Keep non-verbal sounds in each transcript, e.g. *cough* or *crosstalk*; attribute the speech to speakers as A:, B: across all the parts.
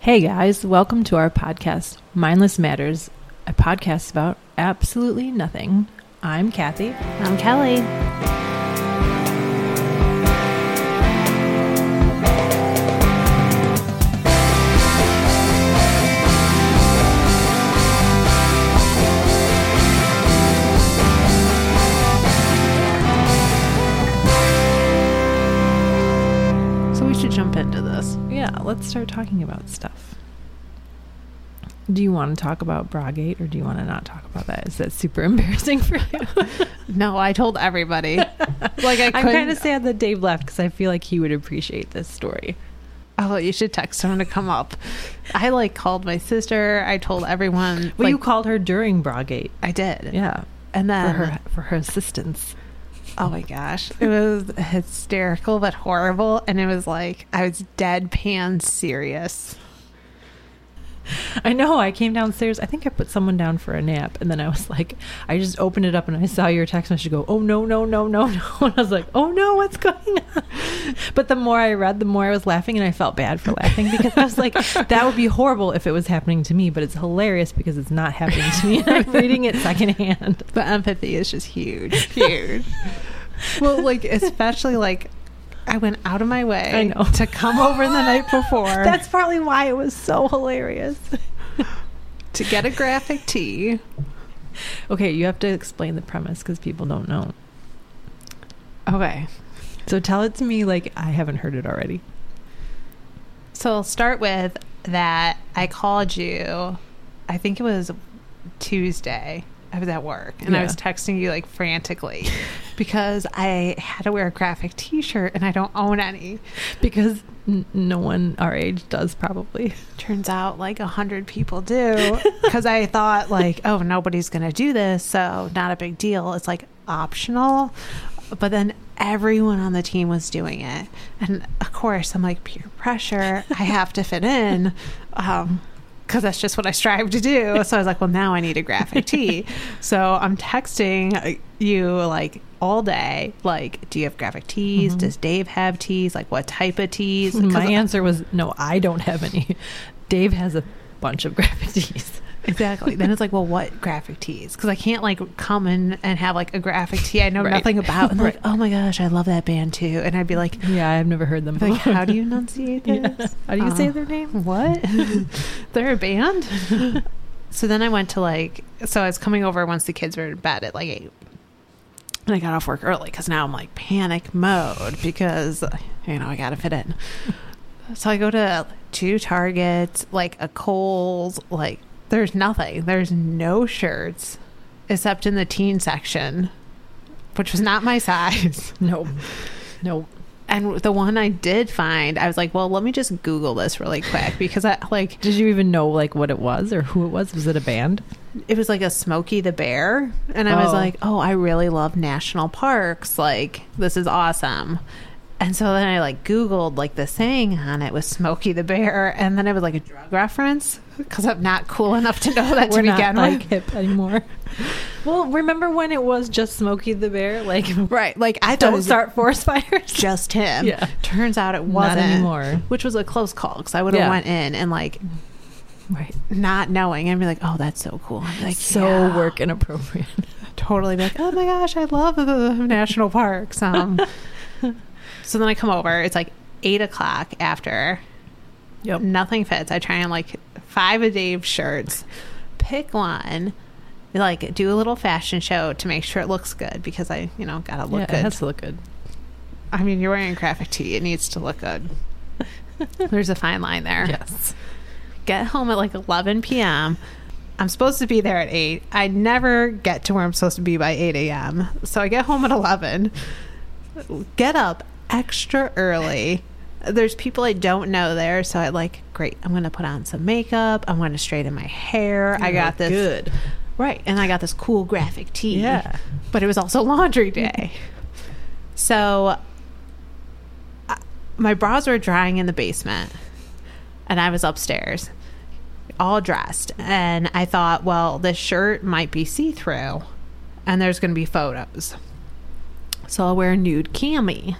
A: Hey guys, welcome to our podcast, Mindless Matters, a podcast about absolutely nothing. I'm Kathy.
B: I'm Kelly.
A: So we should jump into this. Yeah, let's start talking about stuff. Do you want to talk about Bragate or do you want to not talk about that? Is that super *laughs* embarrassing for you?
B: No, I told everybody. *laughs* like I
A: I'm kind
B: couldn't.
A: of sad that Dave left because I feel like he would appreciate this story.
B: oh, you should text someone to come up. I like called my sister. I told everyone.
A: Well,
B: like,
A: you called her during Bragate.
B: I did.
A: Yeah,
B: And
A: for
B: then,
A: her for her assistance.
B: oh my gosh, it was hysterical but horrible. And it was like I was deadpan serious.
A: I know. I came downstairs. I think I put someone down for a nap, and then I was like, I just opened it up and I saw your text message go, "Oh no, no, no, no, no!" *laughs* And I was like, "Oh no, what's going on?" But the more I read, the more I was laughing, and I felt bad for laughing because I
B: *laughs*
A: was like, "That would be horrible if it was happening to me," but it's hilarious because it's not happening to
B: *laughs*
A: me. And I'm reading it secondhand.
B: The empathy is just huge, *laughs* huge. well, like especially like I went out of my way
A: I know.
B: to come over the *laughs* night before
A: That's partly why it was so hilarious.
B: to get a graphic tee.
A: Okay, you have to explain the premise because people don't know.
B: Okay.
A: So tell it to me like I haven't heard it already.
B: So I'll start with that I called you, I think it was Tuesday. I was at work and I
A: Yeah.
B: was texting you like frantically because I had to wear a graphic t shirt and I don't own any.
A: Because n- no one our age does *laughs* probably.
B: Turns out like a hundred people do because I thought like, oh, nobody's going to do this. So not a big deal. It's like optional. But then everyone on the team was doing it. And of course, I'm like, peer pressure. I have to fit in. Um, because that's just what I strive to do. So I was like, well, now I need a graphic tee. so I'm texting uh, you like all day, like, do you have graphic tees? Does Dave have tees? Like, what type of tees?
A: *laughs*
B: 'Cause
A: My answer was no, I don't have any. Dave has a bunch of *laughs* graffitis.
B: *laughs* Exactly. then it's like, well, what graphic tees? Because I can't like come in and have like a graphic tee I know
A: Right.
B: nothing about. And they're
A: *laughs* Right.
B: like, oh my gosh, I love that band too. And I'd be like,
A: Yeah, I've never heard them.
B: like
A: before. *laughs*
B: how do you enunciate
A: Yeah.
B: this?
A: How do you say
B: Uh,
A: their name? *laughs*
B: What? they're a band? *laughs* so then I went to like, so I was coming over once the kids were in bed at like eight. And I got off work early because now I'm like panic mode because, you know, I got to fit in. So I go to two Targets, like a Kohl's, like there's nothing. There's no shirts except in the teen section, which was not my size.
A: No, no.
B: And the one I did find, I was like, well, let me just Google this really *laughs* quick because I like
A: Did you even know like what it was or who it was? Was it a band?
B: it was like a Smokey the Bear. And I was
A: Oh.
B: like, oh, I really love national parks. Like, this is awesome. And so then I like Googled like the saying on it was Smokey the Bear. And then it was like a drug reference because I'm not cool enough to know *laughs* that to
A: We're not
B: begin
A: like
B: with.
A: hip anymore. well, remember when it was just Smokey the Bear? Like,
B: Right. Like, I thought it
A: don't
B: was
A: start forest fires.
B: just him.
A: *laughs* Yeah. *laughs*
B: Turns out it
A: Not
B: wasn't.
A: anymore.
B: Which was a close call because I would have
A: Yeah.
B: went in and like
A: Right.
B: not knowing and be like, oh, that's so cool. And be like,
A: so
B: yeah.
A: work inappropriate.
B: totally be like, oh my gosh, I love the national parks. *laughs* Um, so then I come over. It's like eight o'clock after.
A: Yep.
B: Nothing fits. I try and like five of Dave's shirts, pick one, like do a little fashion show to make sure it looks good because I, you know, gotta
A: yeah,
B: look
A: it
B: good.
A: has to look good.
B: I mean, you're wearing graphic tee. It needs to look *laughs* good. There's a fine line there.
A: Yes.
B: Get home at like 11 p.m. I'm supposed to be there at 8. I never get to where I'm supposed to be by 8 a.m. So I get home at 11, get up extra early. There's people I don't know there. So I like, great, I'm going to put on some makeup. I'm going to straighten my hair. I got this.
A: Good.
B: Right. And I got this cool graphic tee.
A: Yeah.
B: But it was also laundry day. so I, my bras were drying in the basement and I was upstairs all dressed. And I thought, well, this shirt might be see through and there's going to be photos. So I'll wear a nude cami.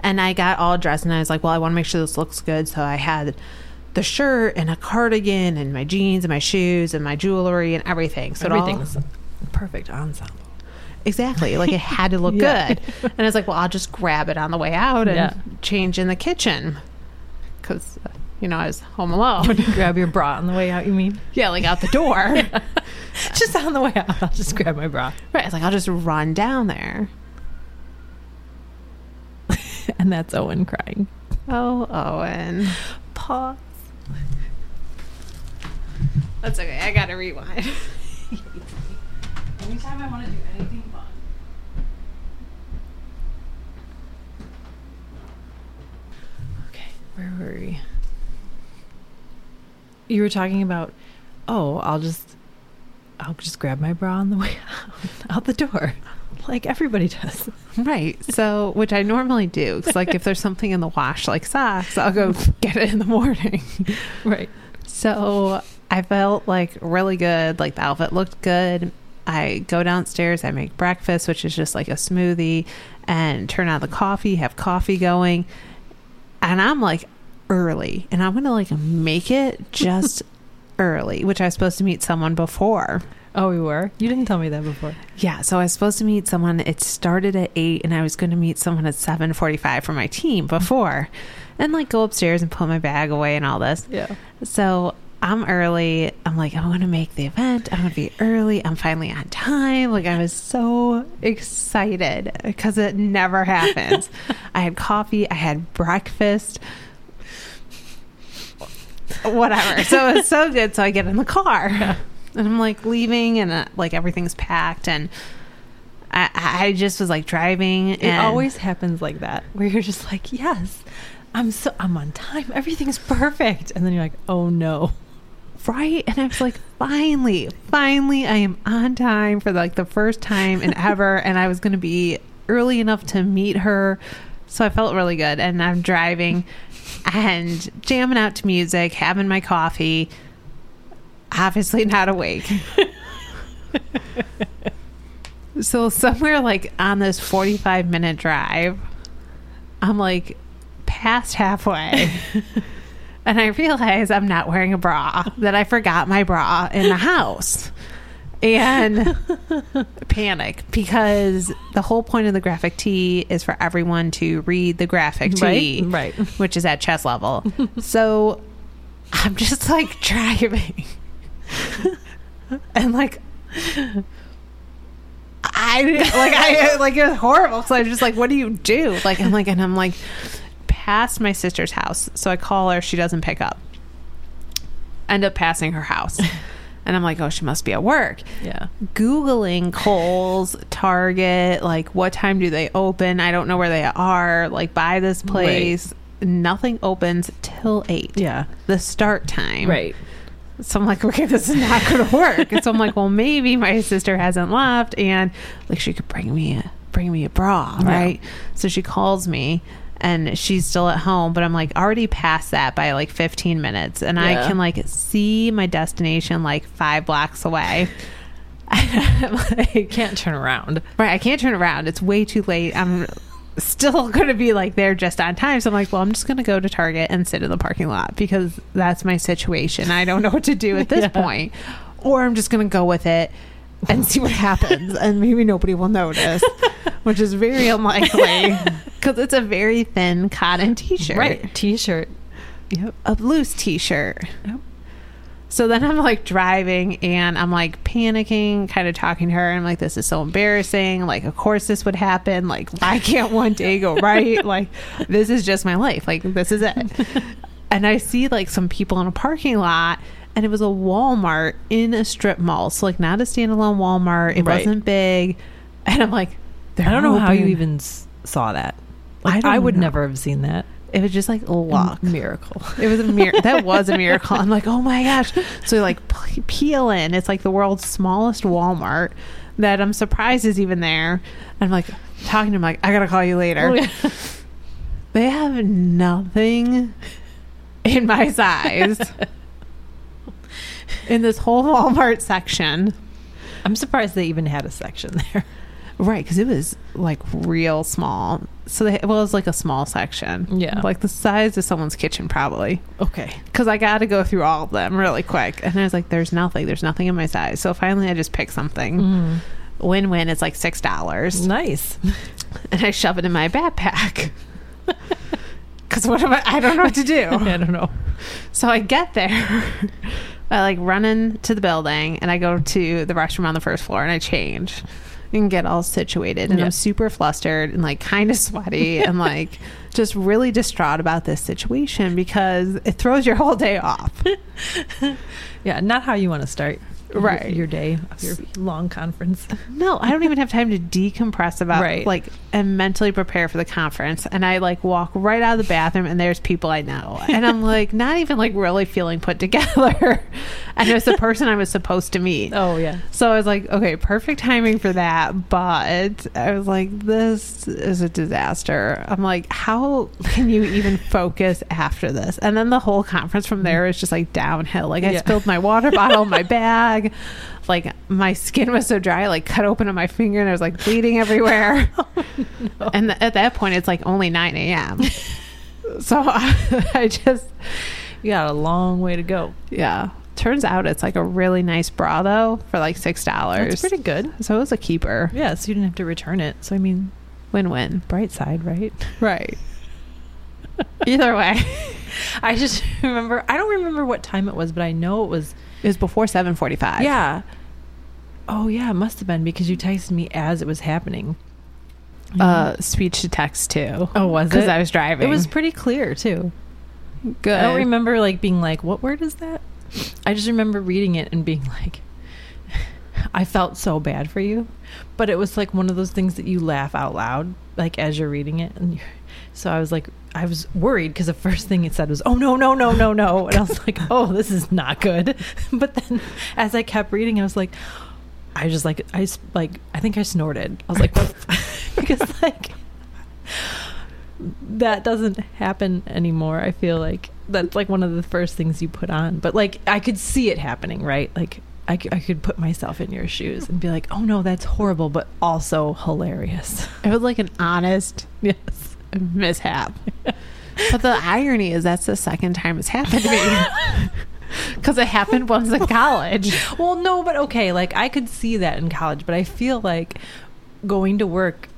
B: And I got all dressed and I was like, well, I want to make sure this looks good. So I had the shirt and a cardigan and my jeans and my shoes and my jewelry and everything. So it all-
A: Everything's perfect ensemble.
B: Exactly. Like it had to look *laughs*
A: Yeah.
B: good. And I was like, well, I'll just grab it on the way out and
A: Yeah.
B: change in the kitchen. Because, you know, I was home alone.
A: Oh, grab your bra on the way out, you mean?
B: *laughs* yeah, like out the *laughs* door.
A: *laughs* just on the way out, I'll just grab my bra.
B: Right. It's like, I'll just run down there.
A: And that's Owen crying.
B: Oh, Owen.
A: Pause.
B: That's okay. I got to rewind.
A: Anytime I want to do anything fun. Okay, where were we? You were talking about, oh, I'll just, I'll just grab my bra on the way *laughs* out, out the door, like everybody does.
B: Right. So, which I normally do. It's like if there's something in the wash, like socks, I'll go *laughs* get it in the morning.
A: Right.
B: So I felt like really good. Like the outfit looked good. I go downstairs, I make breakfast, which is just like a smoothie, and turn on the coffee, have coffee going. And I'm like early, and I'm going to like make it *laughs* just early, which I was supposed to meet someone before.
A: Oh, we were. You didn't tell me that before.
B: Yeah, so I was supposed to meet someone. It started at eight, and I was going to meet someone at seven forty-five for my team before, and like go upstairs and put my bag away and all this.
A: Yeah.
B: So I'm early. I'm like, I'm going to make the event. I'm going to be early. I'm finally on time. Like, I was so excited because it
A: *laughs*
B: never happens. I had coffee, I had breakfast. Whatever. So it's so good. So I get in the car and I'm like leaving, and uh, like everything's packed. And I, I just was like driving.
A: It
B: and
A: always happens like that, where you're just like, yes, I'm so I'm on time. Everything's perfect, and then you're like, oh no.
B: right and i was like finally finally i am on time for like the first time and ever and i was going to be early enough to meet her so i felt really good and i'm driving and jamming out to music having my coffee obviously not awake so somewhere like on this 45 minute drive i'm like past halfway and I realize I'm not wearing a bra, that I forgot my bra in the house. And panic because the whole point of the graphic tee is for everyone to read the graphic tee,
A: Right.
B: *laughs* which is at chest level. so I'm just like driving *laughs* and like. I like I like it was horrible. So I'm just like, what do you do? Like I'm like, and I'm like, past my sister's house. So I call her, she doesn't pick up. End up passing her house. And I'm like, oh, she must be at work.
A: Yeah.
B: Googling Kohl's, Target, like what time do they open? I don't know where they are. Like buy this place. Nothing opens till eight.
A: Yeah.
B: The start time.
A: Right. *laughs*
B: So I'm like, okay, this is not going to *laughs* work. and so I'm like, well, maybe my sister hasn't left, and like she could bring me a bring me a bra,
A: Yeah.
B: right? So she calls me, and she's still at home, but I'm like already past that by like 15 minutes, and
A: Yeah.
B: I can like see my destination like five blocks away. I'm
A: *laughs*
B: like,
A: Can't turn around.
B: right, I can't turn around. It's way too late. I'm still *laughs* going to be like there just on time. So I'm like, well, I'm just going to go to Target and sit in the parking lot because that's my situation. I don't know what to do at
A: *laughs*
B: this
A: Yeah.
B: point. Or I'm just going to go with it and see what happens. and maybe nobody
A: *laughs*
B: will notice, which is very unlikely *laughs* because it's a very thin cotton t shirt,
A: Right. T-shirt. Yep.
B: a loose t shirt.
A: Yep.
B: So then I'm like driving and I'm like panicking, kind of talking to her. I'm like, this is so embarrassing. Like, of course this would happen. Like, why can't one
A: *laughs*
B: day go right? Like, this is just my life. Like, this is it. And I see like some people in a parking lot and it was a Walmart in a strip mall. So, like, not a standalone Walmart. It
A: Right.
B: wasn't big. And I'm like,
A: I don't know how you
B: open.
A: even s- saw that.
B: I
A: Like,
B: don't
A: I, would
B: know.
A: never have seen that.
B: It was just like
A: *laughs*
B: luck.
A: Miracle.
B: It was a miracle. that was a miracle. I'm like, oh my gosh. So like p- peel in. It's like the world's smallest Walmart that I'm surprised is even there. I'm like talking to him like, I gotta call you
A: Oh,
B: later.
A: *laughs*
B: They have nothing in my size in this whole Walmart section.
A: I'm surprised they even had a section there.
B: Right, because it was like real small. So they, well, it was like a small section.
A: Yeah.
B: Like the size of someone's kitchen, probably.
A: Okay.
B: Because I got to go through all of them really quick. And I was like, there's nothing. There's nothing in my size. So finally, I just picked something.
A: Mm.
B: Win win, it's like
A: *laughs*
B: $6.
A: Nice.
B: And I shove it in my backpack. *laughs* Because what am I? I don't know what
A: *laughs*
B: to do.
A: I don't know.
B: so I get there. *laughs* I like run into the building and I go to the restroom on the first floor and I change and get all situated. And
A: Yeah.
B: I'm super flustered and like kind of sweaty and like just really distraught about this situation because it throws your whole day off.
A: Yeah, not how you want to start. your-
B: Right.
A: Your, day, of your long conference.
B: No, I don't even have time to decompress about
A: Right.
B: like and mentally prepare for the conference. And I like walk right out of the bathroom and there's people I know. And I'm like not even like really feeling put together. *laughs* and it was the person I was supposed to
A: *laughs*
B: meet.
A: Oh yeah.
B: So I was like, okay, perfect timing for that. But I was like, this is a disaster. I'm like, how can you even focus after this? And then the whole conference from there is just like downhill. Like I
A: Yeah.
B: spilled my water bottle in my bag. Like my skin was so dry, I like cut open on my finger and I was like bleeding
A: *laughs*
B: everywhere.
A: Oh,
B: And th- at that point, it's like only 9 a.m. so *laughs* I, I just,
A: You got a long way to go.
B: yeah. Turns out it's like a really nice bra though for like $6.
A: That's pretty good.
B: So it was a keeper.
A: Yeah, so you didn't have to return it. So I mean,
B: Win win.
A: bright side, right? *laughs*
B: Right. Either way.
A: I just *laughs* remember I don't remember what time it was, but I know it was
B: It was before seven forty five.
A: Yeah. Oh yeah, it must have been because you texted me as it was happening.
B: Uh speech to text too.
A: Oh, was
B: Because
A: it?
B: I was driving.
A: It was pretty clear too.
B: good.
A: I don't remember like being like, "What word is that?" I just remember reading it and being like, "I felt so bad for you," but it was like one of those things that you laugh out loud like as you're reading it, and you're, so I was like, I was worried because the first thing it said was, "Oh no no no no no," and I was like, *laughs* "Oh, this is not good." *laughs* But then as I kept reading, I was like. I just like I s- like I think I snorted. I was like *laughs* because like that doesn't happen anymore. I feel like that's like one of the first things you put on. But like I could see it happening, right? Like I, c- I could put myself in your shoes and be like, "Oh no, that's horrible, but also hilarious." *laughs*
B: It was like an honest
A: yes.
B: mishap. but the irony is that's the second time it's happened to me. *laughs* Because it happened once in college.
A: Well, no, but okay, like I could see that in college, but I feel like going to work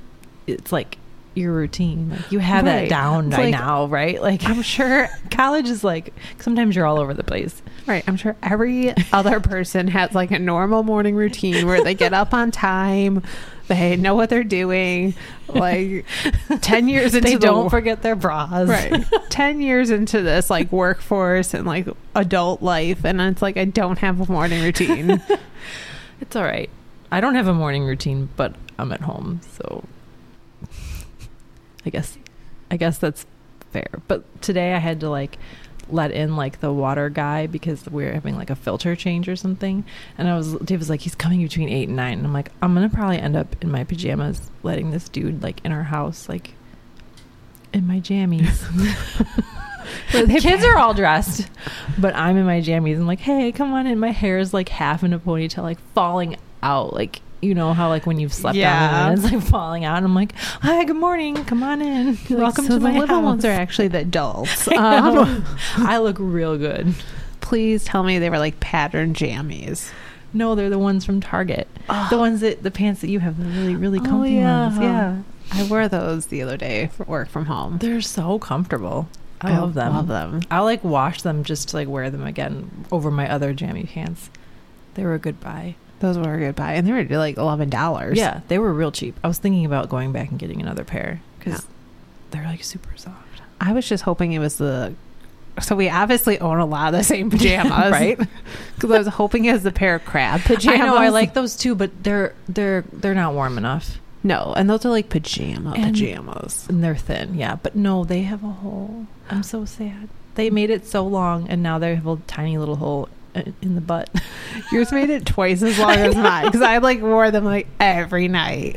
A: it's like your routine. Like you have
B: Right.
A: that down
B: It's
A: by
B: like-
A: now, right? Like
B: I'm sure
A: *laughs* college is like sometimes you're all over the place.
B: Right. I'm sure every other person has like a normal morning routine where they get up on time, they know what they're doing.
A: *laughs*
B: Like 10 years into
A: They
B: the
A: don't
B: wor-
A: forget their bras.
B: Right. 10 years into this like workforce and like adult life and it's like I don't have a morning routine.
A: It's all right. I don't have a morning routine, but I'm at home, so I guess I guess that's fair. But today I had to like let in like the water guy because we were having like a filter change or something. And I was Dave was like, he's coming between eight and nine. And I'm like, I'm gonna probably end up in my pajamas letting this dude like in our house, like in my jammies. the kids are all dressed, but I'm in my jammies. I'm like, hey, come on in. My hair is like half in a ponytail, like falling out. Like, you know how like when you've slept
B: Yeah.
A: on it and it's like falling out. And I'm like, hi, good morning. Come on in. *laughs* *laughs* Welcome
B: So
A: to
B: the
A: my
B: little
A: house.
B: ones are actually the adults.
A: *laughs* I know.
B: Um,
A: I look real good.
B: please tell me they were like pattern jammies.
A: No, they're the ones from Target. The ones that the pants that you have, the really, really
B: Oh,
A: comfy
B: yeah.
A: ones. Ah. Yeah.
B: I wore those the other day for work from home.
A: They're so comfortable. I, Oh, love them.
B: Love them.
A: I'll like wash them just to like wear them again over my other jammy pants. They were a good buy.
B: Those were a good buy, and they were like eleven dollars.
A: Yeah, they were real cheap. I was thinking about going back and getting another pair because they're like super soft.
B: I was just hoping it was the. So we obviously own a lot of
A: *laughs*
B: the same pajamas,
A: Right.
B: *laughs* Because I was hoping it was the pair of crab pajamas.
A: *laughs* I know I like those too, but they're they're they're not warm enough
B: no, and those are like pajama
A: And-
B: pajamas.
A: and they're thin. Yeah, but no, they have a hole. I'm so sad. They made it so long, and now they have a tiny little hole uh, in the butt. *laughs*
B: Yours made it twice as long as mine because I like wore them like every night.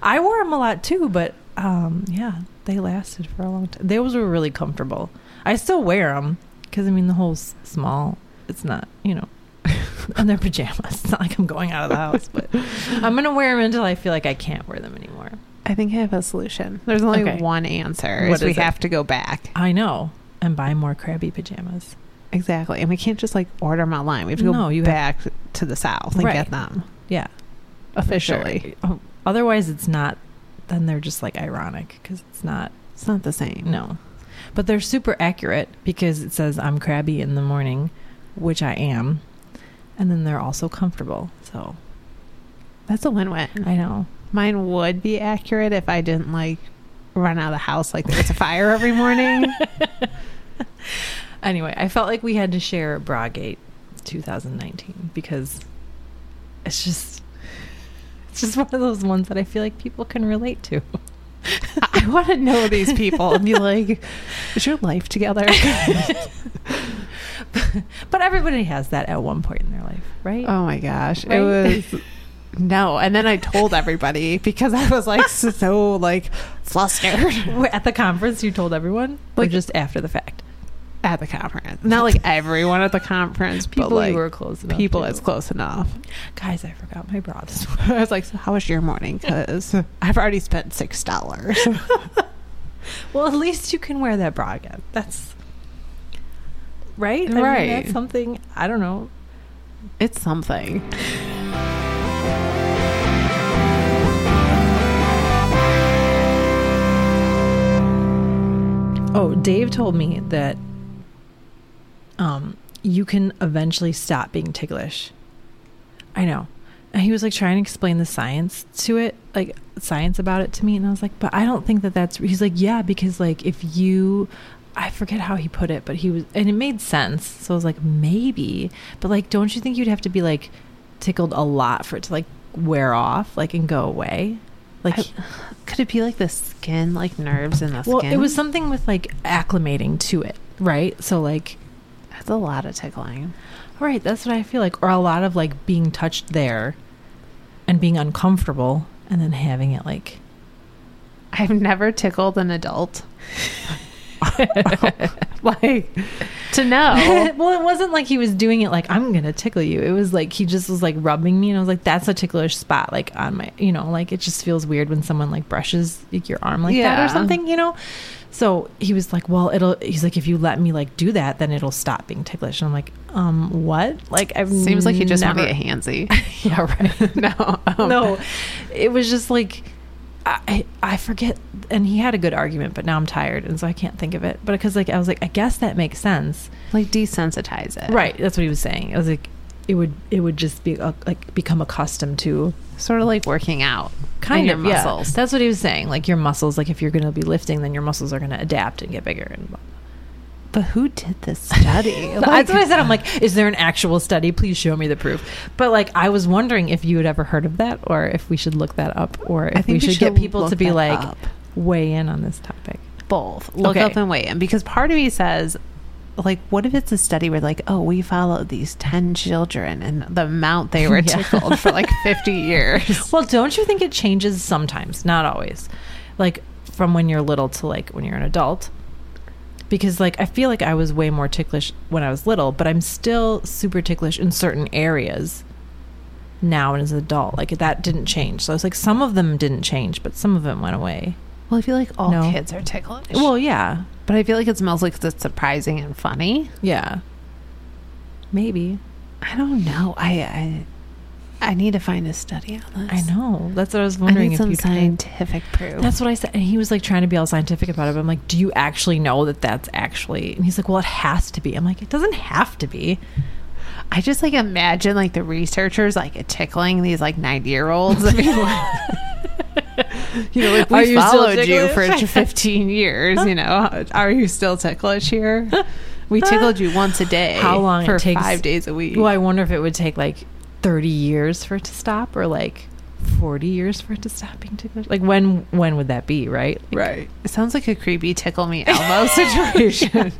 A: I wore them a lot too, but um, yeah, they lasted for a long time. Those were really comfortable. I still wear them because I mean the whole s- small. It's not you know *laughs* and their pajamas. It's not like I'm going out of the house, but I'm gonna wear them until I feel like I can't wear them anymore.
B: I think I have a solution. There's only
A: Okay.
B: one answer.
A: What
B: is we
A: is it?
B: have to go back.
A: I know, and buy more crabby pajamas.
B: Exactly. And we can't just like order them online. We have to go
A: No, you have-
B: back to the South and
A: Right.
B: get them
A: Yeah, for sure.
B: officially.
A: Oh, Otherwise, it's not. Then they're just like ironic because it's not.
B: It's not the same.
A: No, but they're super accurate because it says I'm crabby in the morning, which I am, and then they're also comfortable. So
B: That's a win win.
A: I know.
B: Mine would be accurate if I didn't like run out of the house like there was a fire every *laughs* morning.
A: Anyway, I felt like we had to share Bragate 2019 because it's just it's just *laughs* one of those ones that I feel like people can relate to. *laughs*
B: I, want to know these people and be like, is your life together?
A: But everybody has that at one point in their life, right?
B: oh my gosh.
A: Right?
B: It was. No, and then I told everybody because I was like so like flustered.
A: Wait, At the conference, you told everyone, or
B: Like-
A: just after the fact?
B: at the conference. Not like everyone at the conference,
A: People
B: but like
A: you were close enough.
B: people
A: to.
B: it's close enough.
A: guys, I forgot my bra this morning.
B: I was like, so "How was your morning?" Because I've already spent six dollars.
A: Well, at least you can wear that bra again. That's right. I mean,
B: Right.
A: that's something I don't know.
B: It's something.
A: Oh, Dave told me that um you can eventually stop being ticklish. I know. And he was like trying to explain the science to it, like science about it to me and I was like, "But I don't think that that's He's like, "Yeah, because like if you I forget how he put it, but he was and it made sense. So I was like, "Maybe." But like don't you think you'd have to be like tickled a lot for it to like wear off, like and go away? Like
B: I- Could it be like the skin, like nerves in the
A: well,
B: skin?
A: it was something with like acclimating to it, right? So like,
B: That's a lot of tickling.
A: all right, that's what I feel like, or a lot of like being touched there, and being uncomfortable, and then having it like, *laughs*
B: I've never tickled an *laughs* adult. like to know.
A: *laughs* well, it wasn't like he was doing it like I'm gonna tickle you. It was like he just was like rubbing me, and I was like, that's a ticklish spot, like on my, you know, like it just feels weird when someone like brushes like, your arm like that
B: Yeah.
A: or something, you know. So he was like, well, it'll. He's like, if you let me like do that, then it'll stop being ticklish. And I'm like, um, what? Like I've
B: Seems like you just
A: never
B: want to *laughs* get handsy.
A: Yeah, right.
B: no, um,
A: no, it was just like I I forget. And he had a good argument, but now I'm tired, and so I can't think of it. But because like I was like, I guess that makes sense,
B: like desensitize it.
A: right? That's what he was saying. I was like, it would it would just be uh, like become accustomed to
B: Sort of like working out.
A: kind
B: And
A: of
B: your
A: yeah.
B: muscles.
A: That's what he was saying. Like your muscles, like if you're going to be lifting, then your muscles are going to adapt and get bigger. And
B: But who did this *laughs* study?
A: *laughs* that's what I said. I'm like, is there an actual study? Please show me the proof. But like, I was wondering if you had ever heard of that, or if we should look that up, or if we should, get people to
B: look
A: be
B: that
A: like
B: up.
A: weigh in on this topic.
B: both look
A: Okay.
B: up and wait, and because part of me says, like, what if it's a study where like, oh, we followed these ten children and the amount they *laughs* were
A: *laughs* Yeah.
B: tickled for like
A: *laughs*
B: *laughs* fifty years.
A: Well, don't you think it changes sometimes, not always, like from when you're little to like when you're an adult? Because like I feel like I was way more ticklish when I was little, but I'm still super ticklish in certain areas now and as an adult. Like that didn't change. So it's like some of them didn't change, but some of them went away.
B: Well, I feel like all
A: No.
B: kids are tickled.
A: Well, yeah,
B: but I feel like it's mostly because it's surprising and funny.
A: yeah, maybe.
B: I don't know. I I, I need to find a study on
A: I
B: this.
A: know. That's what I was
B: I
A: wondering
B: need
A: if
B: some
A: you'd heard.
B: scientific proof.
A: That's what I said. And he was like trying to be all scientific about it. But I'm like, do you actually know that that's actually? And he's like, well, it has to be. I'm like, it doesn't have to
B: *laughs*
A: be.
B: I just like imagine like the researchers like tickling these like ninety year *laughs* olds. I mean, you know, like we
A: Are you still
B: followed you for
A: ticklish?
B: *laughs* fifteen years. You know, are you still ticklish here? We tickled you once a day.
A: How long it
B: for
A: takes-
B: Five days a week.
A: Well, I wonder if it would take like 30 years for it to stop, or like 40 years for it to stop being ticklish. Like when when would that be? Right?
B: right. It sounds like a creepy tickle me *laughs*
A: *laughs*
B: Elmo situation.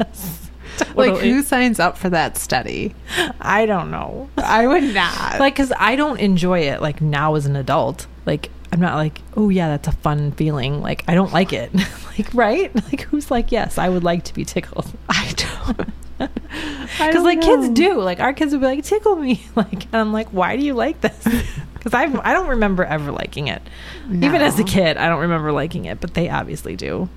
B: Like
A: Totally.
B: who signs up for that study?
A: I don't know.
B: I would not.
A: Like, cause I don't enjoy it. Like now as an adult, like I'm not like, oh yeah, that's a fun feeling. Like *laughs* I don't like it. like right? Like who's like, yes, I would like to be tickled. *laughs*
B: *laughs* I don't.
A: Because like kids do, like our kids would be like tickle me, *laughs* like, and I'm like, why do you like this?
B: *laughs*
A: Because I I don't remember ever liking it, even as a
B: No.
A: kid, I don't remember liking it, but they obviously do.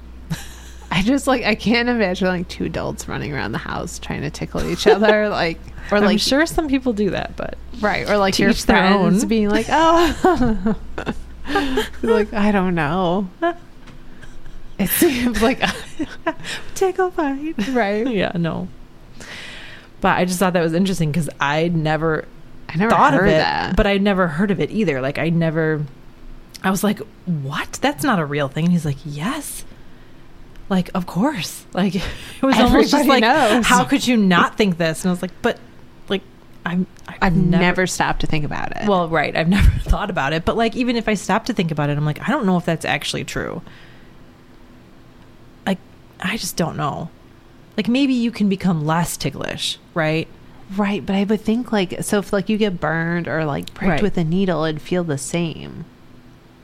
B: I just like I can't imagine like two adults running around the house trying to tickle each *laughs* other, like or
A: I'm
B: like
A: sure some people do that, but
B: *laughs* right or like
A: to
B: your
A: each their
B: friends
A: own.
B: being like, oh, *laughs* like I don't know. It seems like *laughs*
A: tickle fight.
B: right.
A: *laughs* yeah, no. But I just thought that was interesting because I'd never
B: I never
A: thought of
B: heard
A: it,
B: that.
A: but I'd never heard of it either. Like I never, I was like, "What? That's not a real thing." And he's like, "Yes." Like of course, *laughs* like it was almost just like,
B: Everybody knows.
A: "How could you not think this?" And I was like, "But, like, I'm, I've,
B: I've never stopped to think about it.
A: *laughs* Well, right, I've never thought about it. But like, even if I stop to think about it, I'm like, I don't know if that's actually true. Like, I just don't know. Like, maybe you can become less ticklish, right?
B: Right, but I would think like so if like you get burned or like pricked
A: Right.
B: with a needle, it'd feel the same.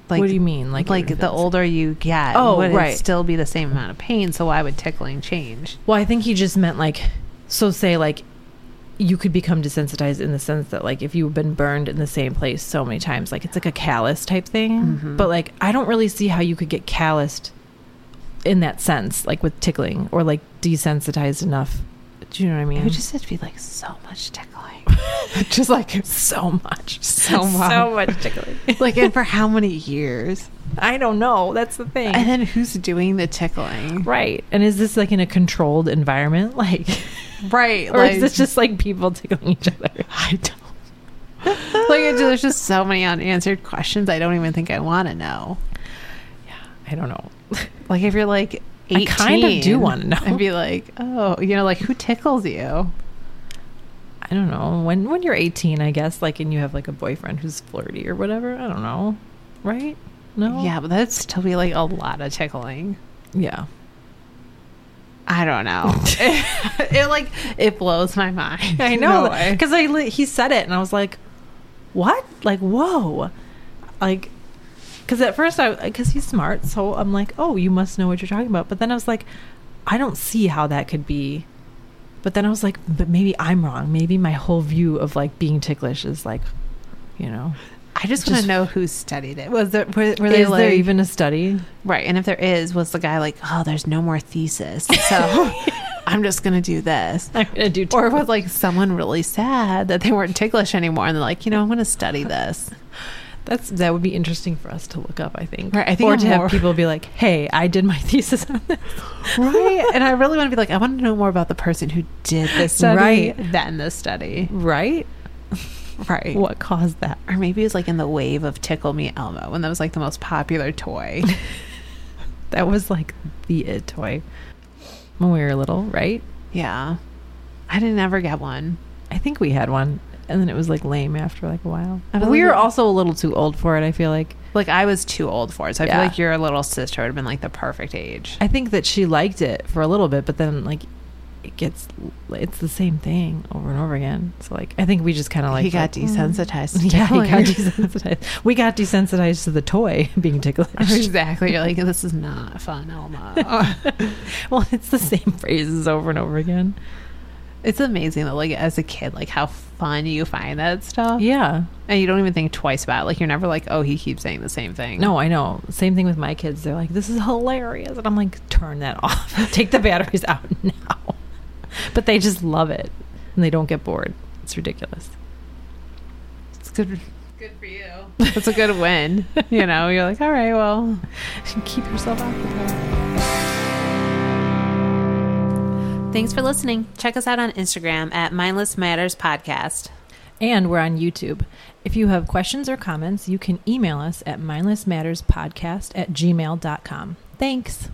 A: what do you mean? Like, it
B: Like
A: would
B: the
A: feel-
B: older you get,
A: Oh,
B: would
A: right.
B: it still be the same amount of pain? So why would tickling change?
A: Well, I think he just meant like, so say like, you could become desensitized in the sense that like if you've been burned in the same place so many times, like it's like a callus type thing.
B: Mhm.
A: But like, I don't really see how you could get calloused in that sense, like with tickling or like desensitized enough. Do you know what I mean?
B: It
A: *laughs*
B: would just have to be like so much *laughs* tickling, just like
A: so much, *laughs*
B: So
A: so
B: much.
A: much *laughs* tickling.
B: like and for how many years?
A: I don't know. That's the thing.
B: And then who's doing the
A: *laughs*
B: tickling?
A: Right. And is this like in a controlled environment? *laughs* Like,
B: Right,
A: or
B: like
A: is this just like people tickling each other? *laughs* I don't
B: like it- there's just so many unanswered questions. I don't even think I want to know.
A: I don't know. *laughs*
B: Like if you're like. 18,
A: I kind of do wanna know.
B: and be like, oh, you know, like who tickles you?
A: I don't know. When when you're 18, I guess, like, and you have like a boyfriend who's flirty or whatever. I don't know, right? No.
B: Yeah, but that'd still be like a lot of tickling.
A: Yeah.
B: I don't *laughs* know. it like it blows my
A: *laughs*
B: mind. *laughs*
A: I know
B: way.
A: because I li- he said it and I was like, what? Like whoa, like because at first I because he's smart, so I'm like, oh, you must know what you're talking about. But then I was like, I don't see how that could be. But then I was like, but maybe I'm wrong. Maybe my whole view of like being ticklish is like, you know,
B: I just want
A: Just-
B: to know who studied it. Was there were, were they
A: is
B: like
A: there even a *laughs* study?
B: right? And if there is, was the guy like, oh, there's no more thesis, so *laughs* I'm just gonna do this.
A: I'm gonna do.
B: Or
A: ticklish.
B: was like someone really sad that they weren't ticklish anymore, and they're like, you know, I'm gonna study this.
A: That's that would be interesting for us to look up. I think.
B: Right, I think
A: or
B: I'm
A: to
B: more-
A: have people be like, "Hey, I did my *laughs* thesis on this."
B: right? And I really want to be like, I want to know more about the person who did the study
A: Right.
B: than the study,
A: Right?
B: right?
A: What caused that?
B: Or maybe it was like in the wave of Tickle Me Elmo when that was like the most popular *laughs* toy.
A: That was like the it toy when we were little, right?
B: yeah. I didn't ever get one.
A: I think we had one, and then it was like lame after like a while.
B: I
A: we
B: believe
A: were
B: it.
A: also a little too old for it. I feel like
B: Like I was too old for it. So I feel
A: Yeah.
B: like your little sister would have been like the perfect age.
A: I think that she liked it for a little bit, but then like it gets it's the same thing over and over again. So like I think we just kind of like
B: he got
A: like, mm.
B: desensitized. *laughs*
A: *laughs*
B: to
A: Yeah, he got
B: tickling.
A: desensitized. We got desensitized to the toy *laughs* being ticklish.
B: exactly. You're like, this is not fun, *laughs* Elmo.
A: *laughs* well, it's the same phrases over and over again.
B: it's amazing that like as a kid, like how fun you find that stuff.
A: Yeah.
B: And you don't even think twice about it. Like you're never like, oh, he keeps saying the same thing.
A: No, I know. Same thing with my kids. They're like, "This is hilarious," and I'm like, "Turn that *laughs* off. Take the batteries out *laughs* now." But they just love it, and they don't get bored. It's ridiculous.
B: It's good good for you. It's a good win. you know, you're like, all right, well,
A: *laughs* Keep yourself occupied.
B: Thanks for listening. Check us out on Instagram at Mindless Matters Podcast.
A: And we're on YouTube. If you have questions or comments, you can email us at mindlessmatterspodcast at gmail.com. Thanks.